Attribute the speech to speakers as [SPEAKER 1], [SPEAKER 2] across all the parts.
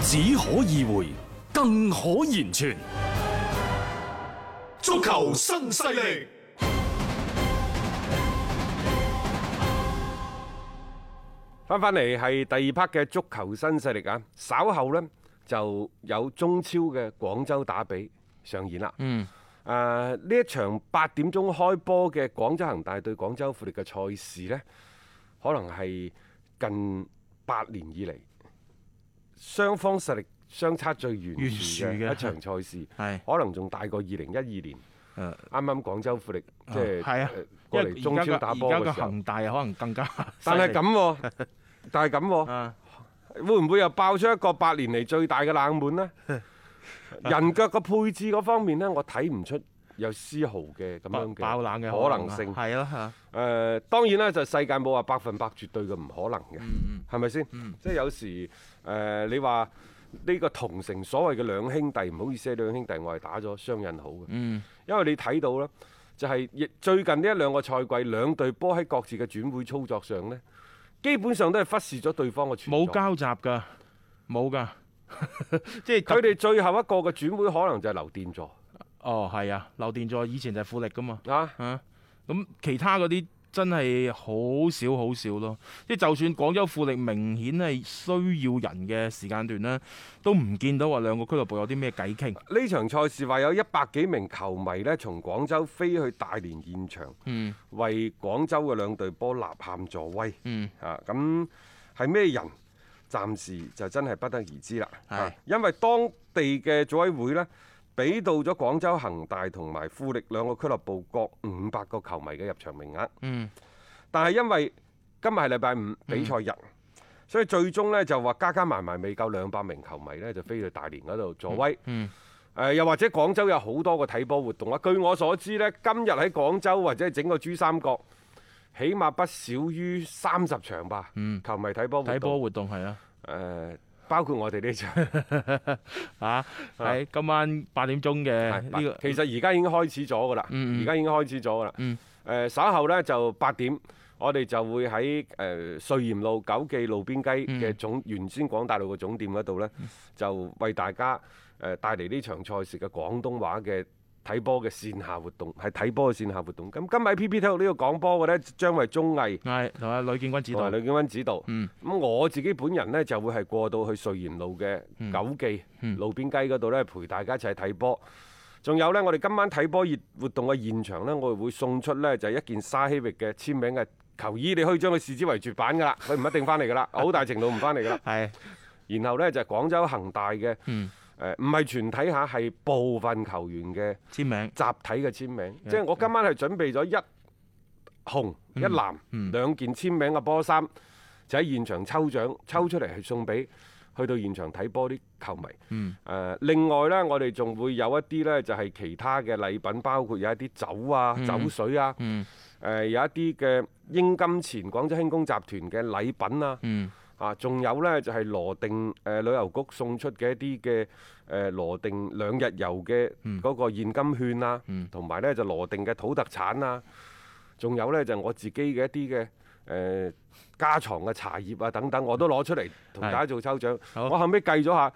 [SPEAKER 1] 只可意會，更可言傳。
[SPEAKER 2] 足球新勢力。
[SPEAKER 3] 翻翻嚟係第二 part 嘅足球新勢力啊！稍後呢，就有中超嘅廣州打比上演啦。嗯。誒呢、一場八點鐘開波嘅廣州恒大對廣州富力嘅賽事呢，可能係近八年以嚟雙方實力相差最懸殊嘅一場賽事，
[SPEAKER 4] 係
[SPEAKER 3] 可能仲大過二零一二年
[SPEAKER 4] 誒
[SPEAKER 3] 啱啱廣州富力即係
[SPEAKER 4] 係啊
[SPEAKER 3] 誒，
[SPEAKER 4] 因
[SPEAKER 3] 過
[SPEAKER 4] 為
[SPEAKER 3] 嚟中
[SPEAKER 4] 而家
[SPEAKER 3] 超
[SPEAKER 4] 個
[SPEAKER 3] 打
[SPEAKER 4] 而
[SPEAKER 3] 波
[SPEAKER 4] 家個
[SPEAKER 3] 嘅時候。
[SPEAKER 4] 恒大可能更加
[SPEAKER 3] 但係
[SPEAKER 4] 犀利
[SPEAKER 3] 咁喎，但係咁喎。
[SPEAKER 4] 啊，
[SPEAKER 3] 會唔會又爆出一個八年嚟最大嘅冷 門呢？人腳嘅配置嗰方面呢，我睇唔出有絲毫嘅咁
[SPEAKER 4] 爆
[SPEAKER 3] 樣
[SPEAKER 4] 爆冷嘅啊
[SPEAKER 3] 嘅可能性。誒、
[SPEAKER 4] 係咯嚇，
[SPEAKER 3] 當然啦，就世界冇話百分百絕對嘅唔可能
[SPEAKER 4] 嗯
[SPEAKER 3] 嘅，係咪先？即係有時誒、你話呢個同城所謂嘅兩兄弟，唔好意思，兩兄弟我係打咗雙引號嘅，
[SPEAKER 4] 嗯
[SPEAKER 3] 因為你睇到啦，就係、亦最近呢一兩個賽季，兩隊波喺各自嘅轉會操作上呢，基本上都係忽視咗對方嘅存在
[SPEAKER 4] 冇交集㗎，冇㗎， 即係
[SPEAKER 3] 佢哋最後一個嘅轉會可能就係劉殿座
[SPEAKER 4] 哦係啊，劉殿座以前就係富力㗎嘛。
[SPEAKER 3] 啊，
[SPEAKER 4] 啊，咁其他嗰啲真係好少好少咯。即係就算廣州富力明顯係需要人嘅時間段咧，都唔見到話兩個俱樂部有啲咩偈傾。
[SPEAKER 3] 呢場賽事話有一百幾名球迷呢，從廣州飛去大連現場，
[SPEAKER 4] 嗯
[SPEAKER 3] 為廣州嘅兩隊波吶喊助威。
[SPEAKER 4] 嗯，
[SPEAKER 3] 啊，咁係咩人？暫時就真係不得而知啦。
[SPEAKER 4] 係
[SPEAKER 3] 啊因為當地嘅組委會呢，俾到咗廣州恒大同埋富力兩個俱樂部各五百個球迷嘅入場名額。
[SPEAKER 4] 嗯，
[SPEAKER 3] 但係因為今日係禮拜五比賽日，
[SPEAKER 4] 嗯
[SPEAKER 3] 所以最終呢就話加加埋埋未夠兩百名球迷呢，就飛去大連嗰度助威。
[SPEAKER 4] 嗯
[SPEAKER 3] 誒、又或者廣州有好多個睇波活動啊！據我所知呢，今日喺廣州或者係整個珠三角，起碼不少於三十場吧。
[SPEAKER 4] 嗯
[SPEAKER 3] 球迷睇波活
[SPEAKER 4] 睇波
[SPEAKER 3] 動誒、
[SPEAKER 4] 活動係 啊，
[SPEAKER 3] 包括我哋呢場。
[SPEAKER 4] 啊喺今晚八點鐘嘅
[SPEAKER 3] 係
[SPEAKER 4] 呢個嗯
[SPEAKER 3] 其實而家已經開始咗噶啦，
[SPEAKER 4] 嗯嗯
[SPEAKER 3] 而家已經開始咗噶啦。誒、
[SPEAKER 4] 嗯
[SPEAKER 3] 稍後呢，就八點，我哋就會喺誒、穗鹽路九記路邊雞
[SPEAKER 4] 嗯
[SPEAKER 3] 嘅總、原先廣大路嘅總店嗰度呢，就為大家誒、帶嚟呢場賽事嘅廣東話嘅。睇波嘅線下活動係睇波嘅線下活動，咁今日喺 PP 體育呢度講波嘅呢，將為綜藝
[SPEAKER 4] 係同阿呂建軍指
[SPEAKER 3] 同埋
[SPEAKER 4] 導。
[SPEAKER 3] 呂建軍指導。
[SPEAKER 4] 嗯
[SPEAKER 3] 咁我自己本人呢，就會係過到去穗鹽路嘅
[SPEAKER 4] 嗯
[SPEAKER 3] 九記、路邊雞嗰度呢，陪大家一齊睇波。仲有呢，我哋今晚睇波熱活動嘅現場呢，我哋會送出呢，就係一件沙希域嘅簽名嘅球衣，你可以將佢視之為絕 版㗎啦，佢唔一定翻嚟㗎啦，好大程度唔翻嚟㗎啦。
[SPEAKER 4] 係
[SPEAKER 3] 然後呢，就係廣州恒大嘅
[SPEAKER 4] 嗯
[SPEAKER 3] 誒，唔係全體下，係部分球員嘅
[SPEAKER 4] 簽名，
[SPEAKER 3] 集體嘅簽名，即係我今晚係準備咗一紅一藍
[SPEAKER 4] 嗯嗯
[SPEAKER 3] 兩件簽名嘅波衫，就喺現場抽獎抽出嚟係送俾去到現場睇波啲球迷。
[SPEAKER 4] 嗯
[SPEAKER 3] 誒，另外呢，我哋仲會有一啲呢，就係其他嘅禮品，包括有一啲酒啊、
[SPEAKER 4] 嗯
[SPEAKER 3] 酒水啊，
[SPEAKER 4] 嗯
[SPEAKER 3] 誒有一啲嘅英金錢廣州輕工集團嘅禮品啊。
[SPEAKER 4] 嗯
[SPEAKER 3] 啊，仲有呢，就係、羅定誒、呃旅遊局送出嘅一啲嘅誒羅定兩日遊嘅嗰個現金券啊
[SPEAKER 4] 嗯，
[SPEAKER 3] 同埋、呢就羅定嘅土特產啊，仲有呢，就我自己嘅一啲嘅誒家藏嘅茶葉啊等等，我都攞出嚟同
[SPEAKER 4] 係
[SPEAKER 3] 大家做抽獎。
[SPEAKER 4] 好
[SPEAKER 3] 我後尾計咗下，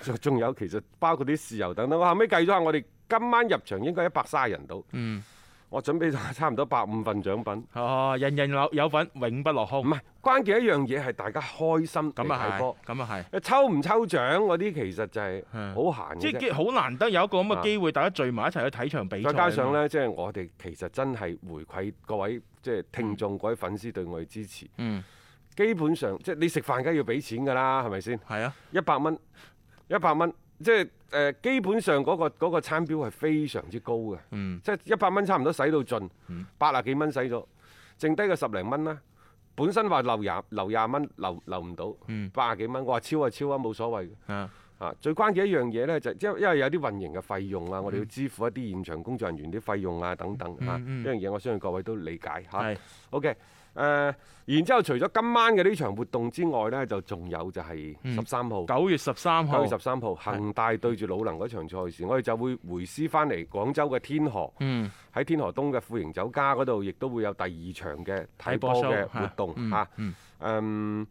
[SPEAKER 3] 仲仲有其實包括啲豉油等等，我後尾計咗下，我哋今晚入場應該一百三十人到。
[SPEAKER 4] 嗯，
[SPEAKER 3] 我準備咗差唔多百五份獎品。
[SPEAKER 4] 哦，人人有有份，永不落
[SPEAKER 3] 唔
[SPEAKER 4] 空。
[SPEAKER 3] 係關鍵一樣嘢係大家開心嚟
[SPEAKER 4] 咁啊
[SPEAKER 3] 睇波
[SPEAKER 4] 係，。咁啊
[SPEAKER 3] 抽唔抽獎嗰啲其實就係好
[SPEAKER 4] 係，
[SPEAKER 3] 閒嘅
[SPEAKER 4] 即
[SPEAKER 3] 啫
[SPEAKER 4] 係好難得有一個咁
[SPEAKER 3] 啊
[SPEAKER 4] 嘅機會，大家聚埋一齊去睇場比賽。啊
[SPEAKER 3] 再加上，呢，即係我哋其實真係回饋各位即係聽眾、各位粉絲對我哋支持。
[SPEAKER 4] 嗯，
[SPEAKER 3] 基本上即係你食飯梗係要俾錢㗎啦，係咪先？
[SPEAKER 4] 係啊，
[SPEAKER 3] 一百蚊，一百蚊，即係誒、呃基本上嗰、個嗰、個餐標係非常之高嘅，
[SPEAKER 4] 嗯
[SPEAKER 3] 即係一百蚊差唔多使到盡，八啊幾蚊使咗，剩低個十零蚊啦。本身話留廿留廿蚊留留唔到
[SPEAKER 4] 嗯，
[SPEAKER 3] 八啊幾蚊，我話超啊超啊冇所謂嘅。
[SPEAKER 4] 啊，
[SPEAKER 3] 啊，最關鍵一樣嘢呢，就係因為因為有啲運營嘅費用啊，我哋要支付一啲現場工作人員啲費用啊等等嚇，呢
[SPEAKER 4] 嗯嗯嗯
[SPEAKER 3] 樣嘢我相信各位都理解嚇。
[SPEAKER 4] 係
[SPEAKER 3] OK，誒、然之後除咗今晚嘅呢場活動之外呢，就仲有就係
[SPEAKER 4] 嗯
[SPEAKER 3] 十三號。
[SPEAKER 4] 九月十三
[SPEAKER 3] 九
[SPEAKER 4] 號
[SPEAKER 3] 月，十三號，恒大對住魯能嗰場賽事，我哋就會回師翻嚟廣州嘅天河，
[SPEAKER 4] 嗯，
[SPEAKER 3] 喺天河東嘅富盈酒家嗰度，亦都會有第二場嘅睇
[SPEAKER 4] 睇
[SPEAKER 3] 波
[SPEAKER 4] 波
[SPEAKER 3] 嘅
[SPEAKER 4] show
[SPEAKER 3] 活動
[SPEAKER 4] 嗯
[SPEAKER 3] 嚇。
[SPEAKER 4] 嗯
[SPEAKER 3] 嗯，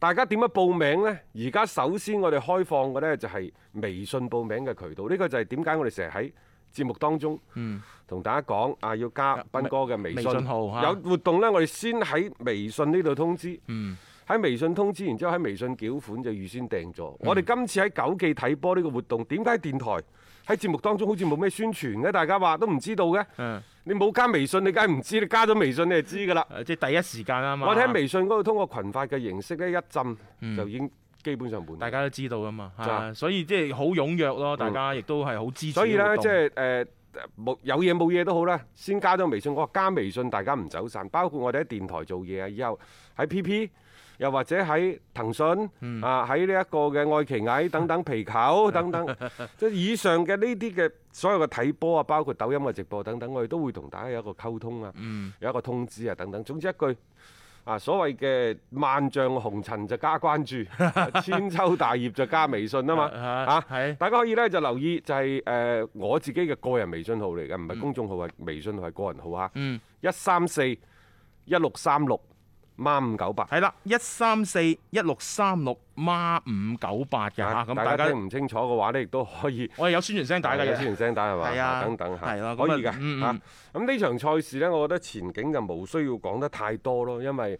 [SPEAKER 3] 大家點樣報名呢？而家首先我哋開放嘅呢，就係微信報名嘅渠道，呢、個就係點解我哋成日喺節目當中
[SPEAKER 4] 嗯，
[SPEAKER 3] 同大家講啊，要加
[SPEAKER 4] 啊
[SPEAKER 3] 斌哥嘅微
[SPEAKER 4] 微
[SPEAKER 3] 信
[SPEAKER 4] 信號嚇
[SPEAKER 3] 有活動呢，我哋先喺微信呢度通知。
[SPEAKER 4] 嗯，
[SPEAKER 3] 喺微信通知，然之後喺微信繳款就預先訂咗。
[SPEAKER 4] 嗯
[SPEAKER 3] 我哋今次喺九記睇波呢個活動，點解電台喺節目當中好似冇咩宣傳嘅？大家話都唔知道嘅。
[SPEAKER 4] 嗯，
[SPEAKER 3] 你冇加微信，你梗係唔知；你加咗微信，你就知㗎啦。
[SPEAKER 4] 誒即係第一時間啊嘛。
[SPEAKER 3] 我哋喺微信嗰度通過群發嘅形式呢，一浸就已經基本上滿。
[SPEAKER 4] 大家都知道噶嘛，
[SPEAKER 3] 啊
[SPEAKER 4] 啊所以即係好踴躍咯，大家亦都係好支持
[SPEAKER 3] 嗯所以
[SPEAKER 4] 呢個
[SPEAKER 3] 呢，
[SPEAKER 4] 活動。
[SPEAKER 3] 即係誒冇有嘢冇嘢都好啦，先加咗微信。我話加微信，大家唔走散。包括我哋喺電台做嘢啊，以後喺 PP，又或者喺騰訊、啊，喺呢一個嘅愛奇 藝等等、皮球等等，即係以上嘅呢啲嘅所有嘅睇波啊，包括抖音嘅直播等等，我哋都會同大家有一個溝通啊，有一個通知啊等等。總之一句。啊，所謂嘅萬丈紅塵就加 關注，千秋大業就加微信啊嘛，
[SPEAKER 4] 啊
[SPEAKER 3] 啊，
[SPEAKER 4] 係
[SPEAKER 3] 大家可以咧就留意就係、誒、我自己嘅個人微信號嚟嘅，唔係公眾號，係、微信號係個人號嚇。
[SPEAKER 4] 嗯，
[SPEAKER 3] 一三四一六三六孖五九八。
[SPEAKER 4] 係啦，一三四一六三六孖五九八嘅嚇，啊咁大
[SPEAKER 3] 啊大家
[SPEAKER 4] 家
[SPEAKER 3] 聽唔清楚嘅話咧，亦都可 以。
[SPEAKER 4] 我哋有宣傳聲帶嘅
[SPEAKER 3] 大家有
[SPEAKER 4] 有
[SPEAKER 3] 宣傳聲帶係嘛？
[SPEAKER 4] 係啊
[SPEAKER 3] 等等嚇，
[SPEAKER 4] 係啦咁啊
[SPEAKER 3] 可以㗎嚇。
[SPEAKER 4] 嗯嗯
[SPEAKER 3] 咁呢場賽事呢，我覺得前景就冇需要講得太多咯，因為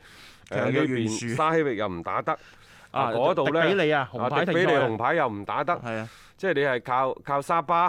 [SPEAKER 3] 誒
[SPEAKER 4] 強弱
[SPEAKER 3] 呢
[SPEAKER 4] 懸
[SPEAKER 3] 邊
[SPEAKER 4] 殊
[SPEAKER 3] 沙希域又唔打得，
[SPEAKER 4] 啊
[SPEAKER 3] 嗰度呢，
[SPEAKER 4] 迪比利啊紅牌
[SPEAKER 3] 迪比利
[SPEAKER 4] 停賽啊
[SPEAKER 3] 紅牌又唔打得，
[SPEAKER 4] 係嗯啊，
[SPEAKER 3] 即係你係靠靠沙巴，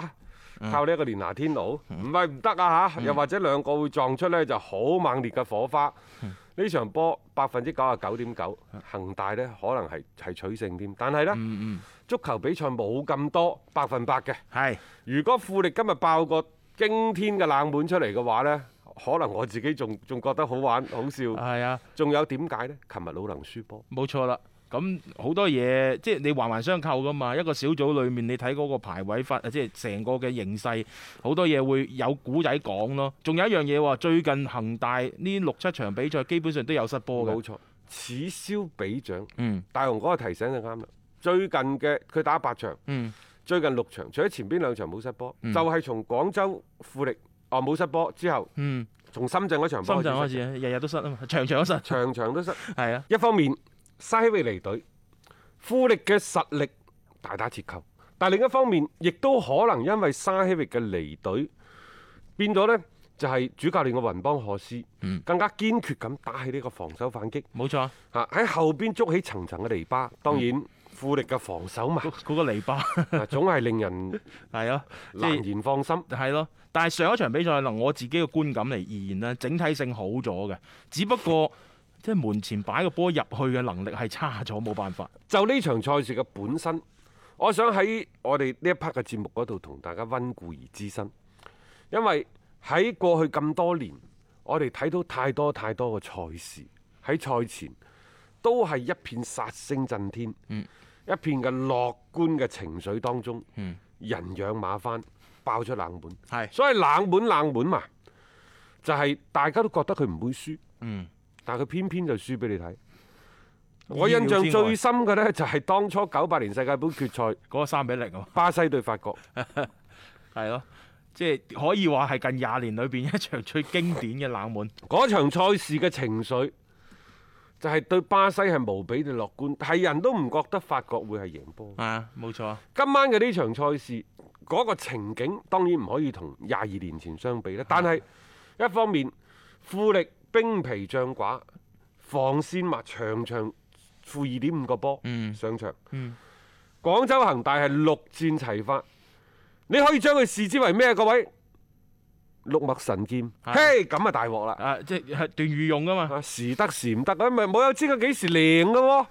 [SPEAKER 3] 靠呢一個連拿天奴，
[SPEAKER 4] 嗯
[SPEAKER 3] 唔係唔得啊嚇！又或者兩個會撞出呢就好猛烈嘅火花。
[SPEAKER 4] 嗯
[SPEAKER 3] 呢場波百分之九十九點九，恒大呢可能係係取勝添。但係呢，
[SPEAKER 4] 嗯
[SPEAKER 3] 足球比賽冇咁多百分百嘅。
[SPEAKER 4] 嗯，係
[SPEAKER 3] 如果富力今日爆個驚天嘅冷門出嚟嘅話呢，可能我自己仲仲覺得好玩好笑。
[SPEAKER 4] 係啊，
[SPEAKER 3] 仲有點解呢？琴日魯能輸波。
[SPEAKER 4] 冇錯啦。咁好多嘢，即係你環環相扣噶嘛。一個小組裏面，你睇嗰個排位法，即係成個嘅形勢，好多嘢會有古仔講咯。仲有一樣嘢喎，最近恒大呢六七場比賽基本上都有失波
[SPEAKER 3] 冇
[SPEAKER 4] 嘅。
[SPEAKER 3] 錯，此消彼長。
[SPEAKER 4] 嗯
[SPEAKER 3] 大雄嗰個提醒就啱啦。最近嘅佢打八場，
[SPEAKER 4] 嗯
[SPEAKER 3] 最近六場，除咗前邊兩場冇失波，
[SPEAKER 4] 嗯
[SPEAKER 3] 就係從廣州富力哦冇失波之後，
[SPEAKER 4] 嗯，
[SPEAKER 3] 從深圳嗰場
[SPEAKER 4] 深
[SPEAKER 3] 波
[SPEAKER 4] 圳開
[SPEAKER 3] 啊開
[SPEAKER 4] 始
[SPEAKER 3] 始失，
[SPEAKER 4] 日日都失啊嘛， 場場都失。
[SPEAKER 3] 場場都失。
[SPEAKER 4] 係啊，
[SPEAKER 3] 一方面西維離隊，富力嘅實力大打折扣，但另一方面亦都可能因為沙希域嘅離隊，變咗呢就係主教練嘅雲邦賀斯
[SPEAKER 4] 嗯
[SPEAKER 3] 更加堅決咁打起呢個防守反擊，
[SPEAKER 4] 冇錯啊，
[SPEAKER 3] 嚇喺後邊捉起層層嘅籬笆。當然富力嘅防守 嘛
[SPEAKER 4] 嗰，嗰個泥 巴
[SPEAKER 3] 啊總係令人
[SPEAKER 4] 係啊，即
[SPEAKER 3] 難
[SPEAKER 4] 係
[SPEAKER 3] 言放心。
[SPEAKER 4] 係咯。但係上一場比賽，嗱我自己嘅觀感嚟而言咧，整體性好咗嘅，只不過即係門前擺個波入去嘅能力係差咗，冇辦法。
[SPEAKER 3] 就呢場賽事嘅本身，我想喺我哋呢一 part 嘅節目嗰度同大家温故而知新，因為喺過去咁多年，我哋睇到太多太多嘅賽事喺賽前都係一片殺聲震天，一片嘅樂觀嘅情緒當中，人仰馬翻，爆出冷門，
[SPEAKER 4] 係
[SPEAKER 3] 所以冷門冷門嘛，就係、大家都覺得佢唔會輸，
[SPEAKER 4] 嗯
[SPEAKER 3] 但係佢偏偏就輸俾你睇。我印象最深嘅呢，就係當初九八年世界盃決賽，
[SPEAKER 4] 嗰個三比零啊，
[SPEAKER 3] 巴西對法國，
[SPEAKER 4] 係咯，即係可以話係近廿年裏邊一場最經典嘅冷門。
[SPEAKER 3] 嗰場賽事嘅情緒就係對巴西係無比地樂觀，係人都唔覺得法國會係贏波。
[SPEAKER 4] 啊，冇錯啊，
[SPEAKER 3] 今晚嘅呢場賽事嗰個情景當然唔可以同廿二年前相比啦，但係一方面富力兵疲將寡，防線密場場負二點五個波上場。廣州恒大係六戰齊發，你可以將佢視之為咩？各位，六脈神劍，
[SPEAKER 4] 係
[SPEAKER 3] 嘿咁啊大鑊啦！
[SPEAKER 4] 啊，即係段譽用噶嘛，
[SPEAKER 3] 啊，時得時唔得啊，咪冇有知佢幾時靈嘅喎？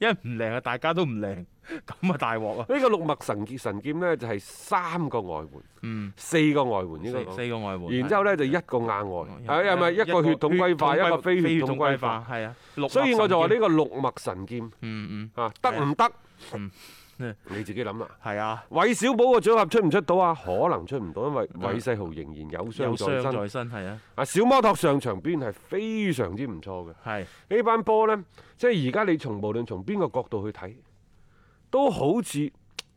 [SPEAKER 4] 因為唔靚啊，大家都唔靚，咁啊大鑊啊！
[SPEAKER 3] 呢個六脈神劍神劍呢，就係三個外援，
[SPEAKER 4] 嗯，
[SPEAKER 3] 四個外援應該
[SPEAKER 4] 四
[SPEAKER 3] 講。
[SPEAKER 4] 四個外援，
[SPEAKER 3] 然之後呢，就一個亞外，啊係咪一個血統歸化，一個非血統歸化？，
[SPEAKER 4] 係啊，六
[SPEAKER 3] 所以
[SPEAKER 4] 脈
[SPEAKER 3] 我就話
[SPEAKER 4] 神劍
[SPEAKER 3] 呢個六脈神劍
[SPEAKER 4] 嗯
[SPEAKER 3] 啊，得唔得
[SPEAKER 4] 嗯？
[SPEAKER 3] 你自己諗啦。
[SPEAKER 4] 嗯係啊，
[SPEAKER 3] 韋小寶個組合出唔出到啊？可能出唔到，因為韋世豪仍然有
[SPEAKER 4] 有
[SPEAKER 3] 傷在
[SPEAKER 4] 傷
[SPEAKER 3] 身。
[SPEAKER 4] 在身係啊，
[SPEAKER 3] 啊，小摩托上場表現係非常之唔錯嘅。
[SPEAKER 4] 係
[SPEAKER 3] 呢班波呢，即係而家你從無論從邊個角度去睇，都好似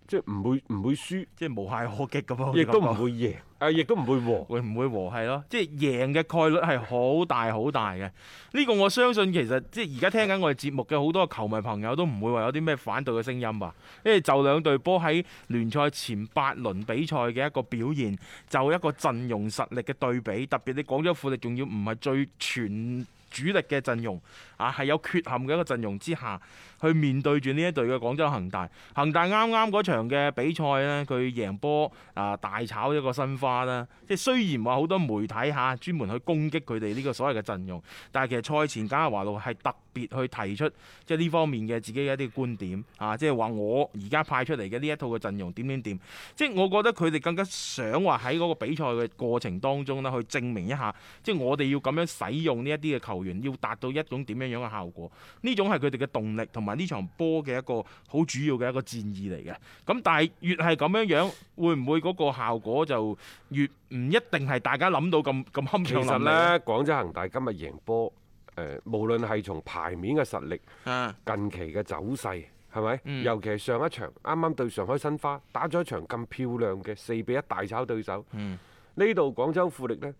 [SPEAKER 3] 即係唔會唔會輸，
[SPEAKER 4] 即係無懈可擊咁啊！
[SPEAKER 3] 亦都唔
[SPEAKER 4] 我哋講
[SPEAKER 3] 會贏，誒亦都唔會和。
[SPEAKER 4] 會唔會和係咯？即係贏嘅概率係好大好大嘅。呢個我相信其實即係而家聽緊我哋節目嘅好多球迷朋友都唔會話有啲咩反對嘅聲音吧。因為就兩隊波喺聯賽前八輪比賽嘅一個表現，就一個陣容實力嘅對比，特別你廣州富力仲要唔係最全。主力嘅陣容啊，係有缺陷嘅一個陣容之下，去面對住呢一隊嘅廣州恒大。恒大啱啱嗰場嘅比賽呢，佢贏波啊，大炒一個申花啦。即係雖然話好多媒體嚇、專門去攻擊佢哋呢個所謂嘅陣容，但係其實賽前簡拿華路係特別去提出即係呢方面嘅自己嘅一啲觀點啊，即係話我而家派出嚟嘅呢一套嘅陣容點點點，即係我覺得佢哋更加想話喺嗰個比賽嘅過程當中呢，去證明一下，即係我哋要咁樣使用呢一啲嘅球員，要達到一種點樣樣嘅效果。呢種係佢哋嘅動力同埋呢場波嘅一個好主要嘅一個戰意嚟嘅。咁但係越係咁樣樣，會唔會嗰個效果就越唔一定係大家諗到咁咁堪
[SPEAKER 3] 其
[SPEAKER 4] 暢
[SPEAKER 3] 實
[SPEAKER 4] 淋漓？
[SPEAKER 3] 呢，廣州恒大今日贏波，誒、無論係從牌面嘅實力、
[SPEAKER 4] 啊
[SPEAKER 3] 近期嘅走勢，係咪？
[SPEAKER 4] 嗯
[SPEAKER 3] 尤其係上一場啱啱對上海申花打咗一場咁漂亮嘅四比一大炒對手。
[SPEAKER 4] 嗯
[SPEAKER 3] 呢度廣州富力呢，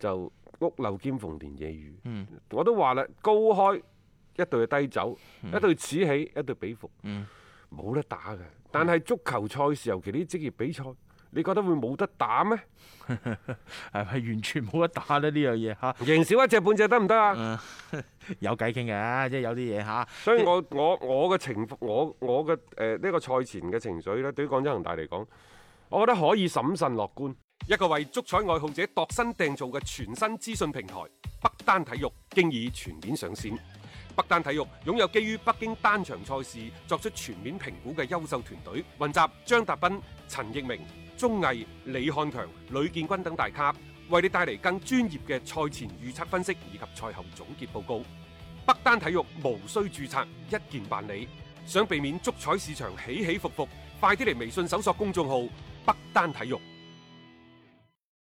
[SPEAKER 3] 就屋漏兼逢連夜雨。
[SPEAKER 4] 嗯
[SPEAKER 3] 我都話啦，高開一隊低走，一隊此起，一隊彼伏，
[SPEAKER 4] 嗯
[SPEAKER 3] 冇得打嘅。但係足球賽事，尤其呢啲職業比賽，你覺得會冇得打咩？
[SPEAKER 4] 係咪完全冇得打咧？呢樣嘢嚇，
[SPEAKER 3] 贏少一隻半隻得唔得
[SPEAKER 4] 嗯
[SPEAKER 3] 啊？
[SPEAKER 4] 有偈傾嘅，即係有啲嘢嚇。
[SPEAKER 3] 所以我我我嘅情況我我嘅誒呢個賽前嘅情緒呢，對於廣州恒大嚟講，我覺得可以審慎樂觀。一個為足彩愛好者度身訂造嘅全新資訊平台北單體育，經已全面上線。北單體育擁有基於北京單場賽事作出全面評估嘅優秀團隊，雲集張達斌、陳奕明、鐘毅、李漢強、呂建軍等大咖，為你帶嚟更專業嘅賽前預測分析以及賽後總結報告。北單體育無需註冊，一鍵辦理。想避免足彩市場起起伏伏，快啲嚟微信搜索公眾號北單體育。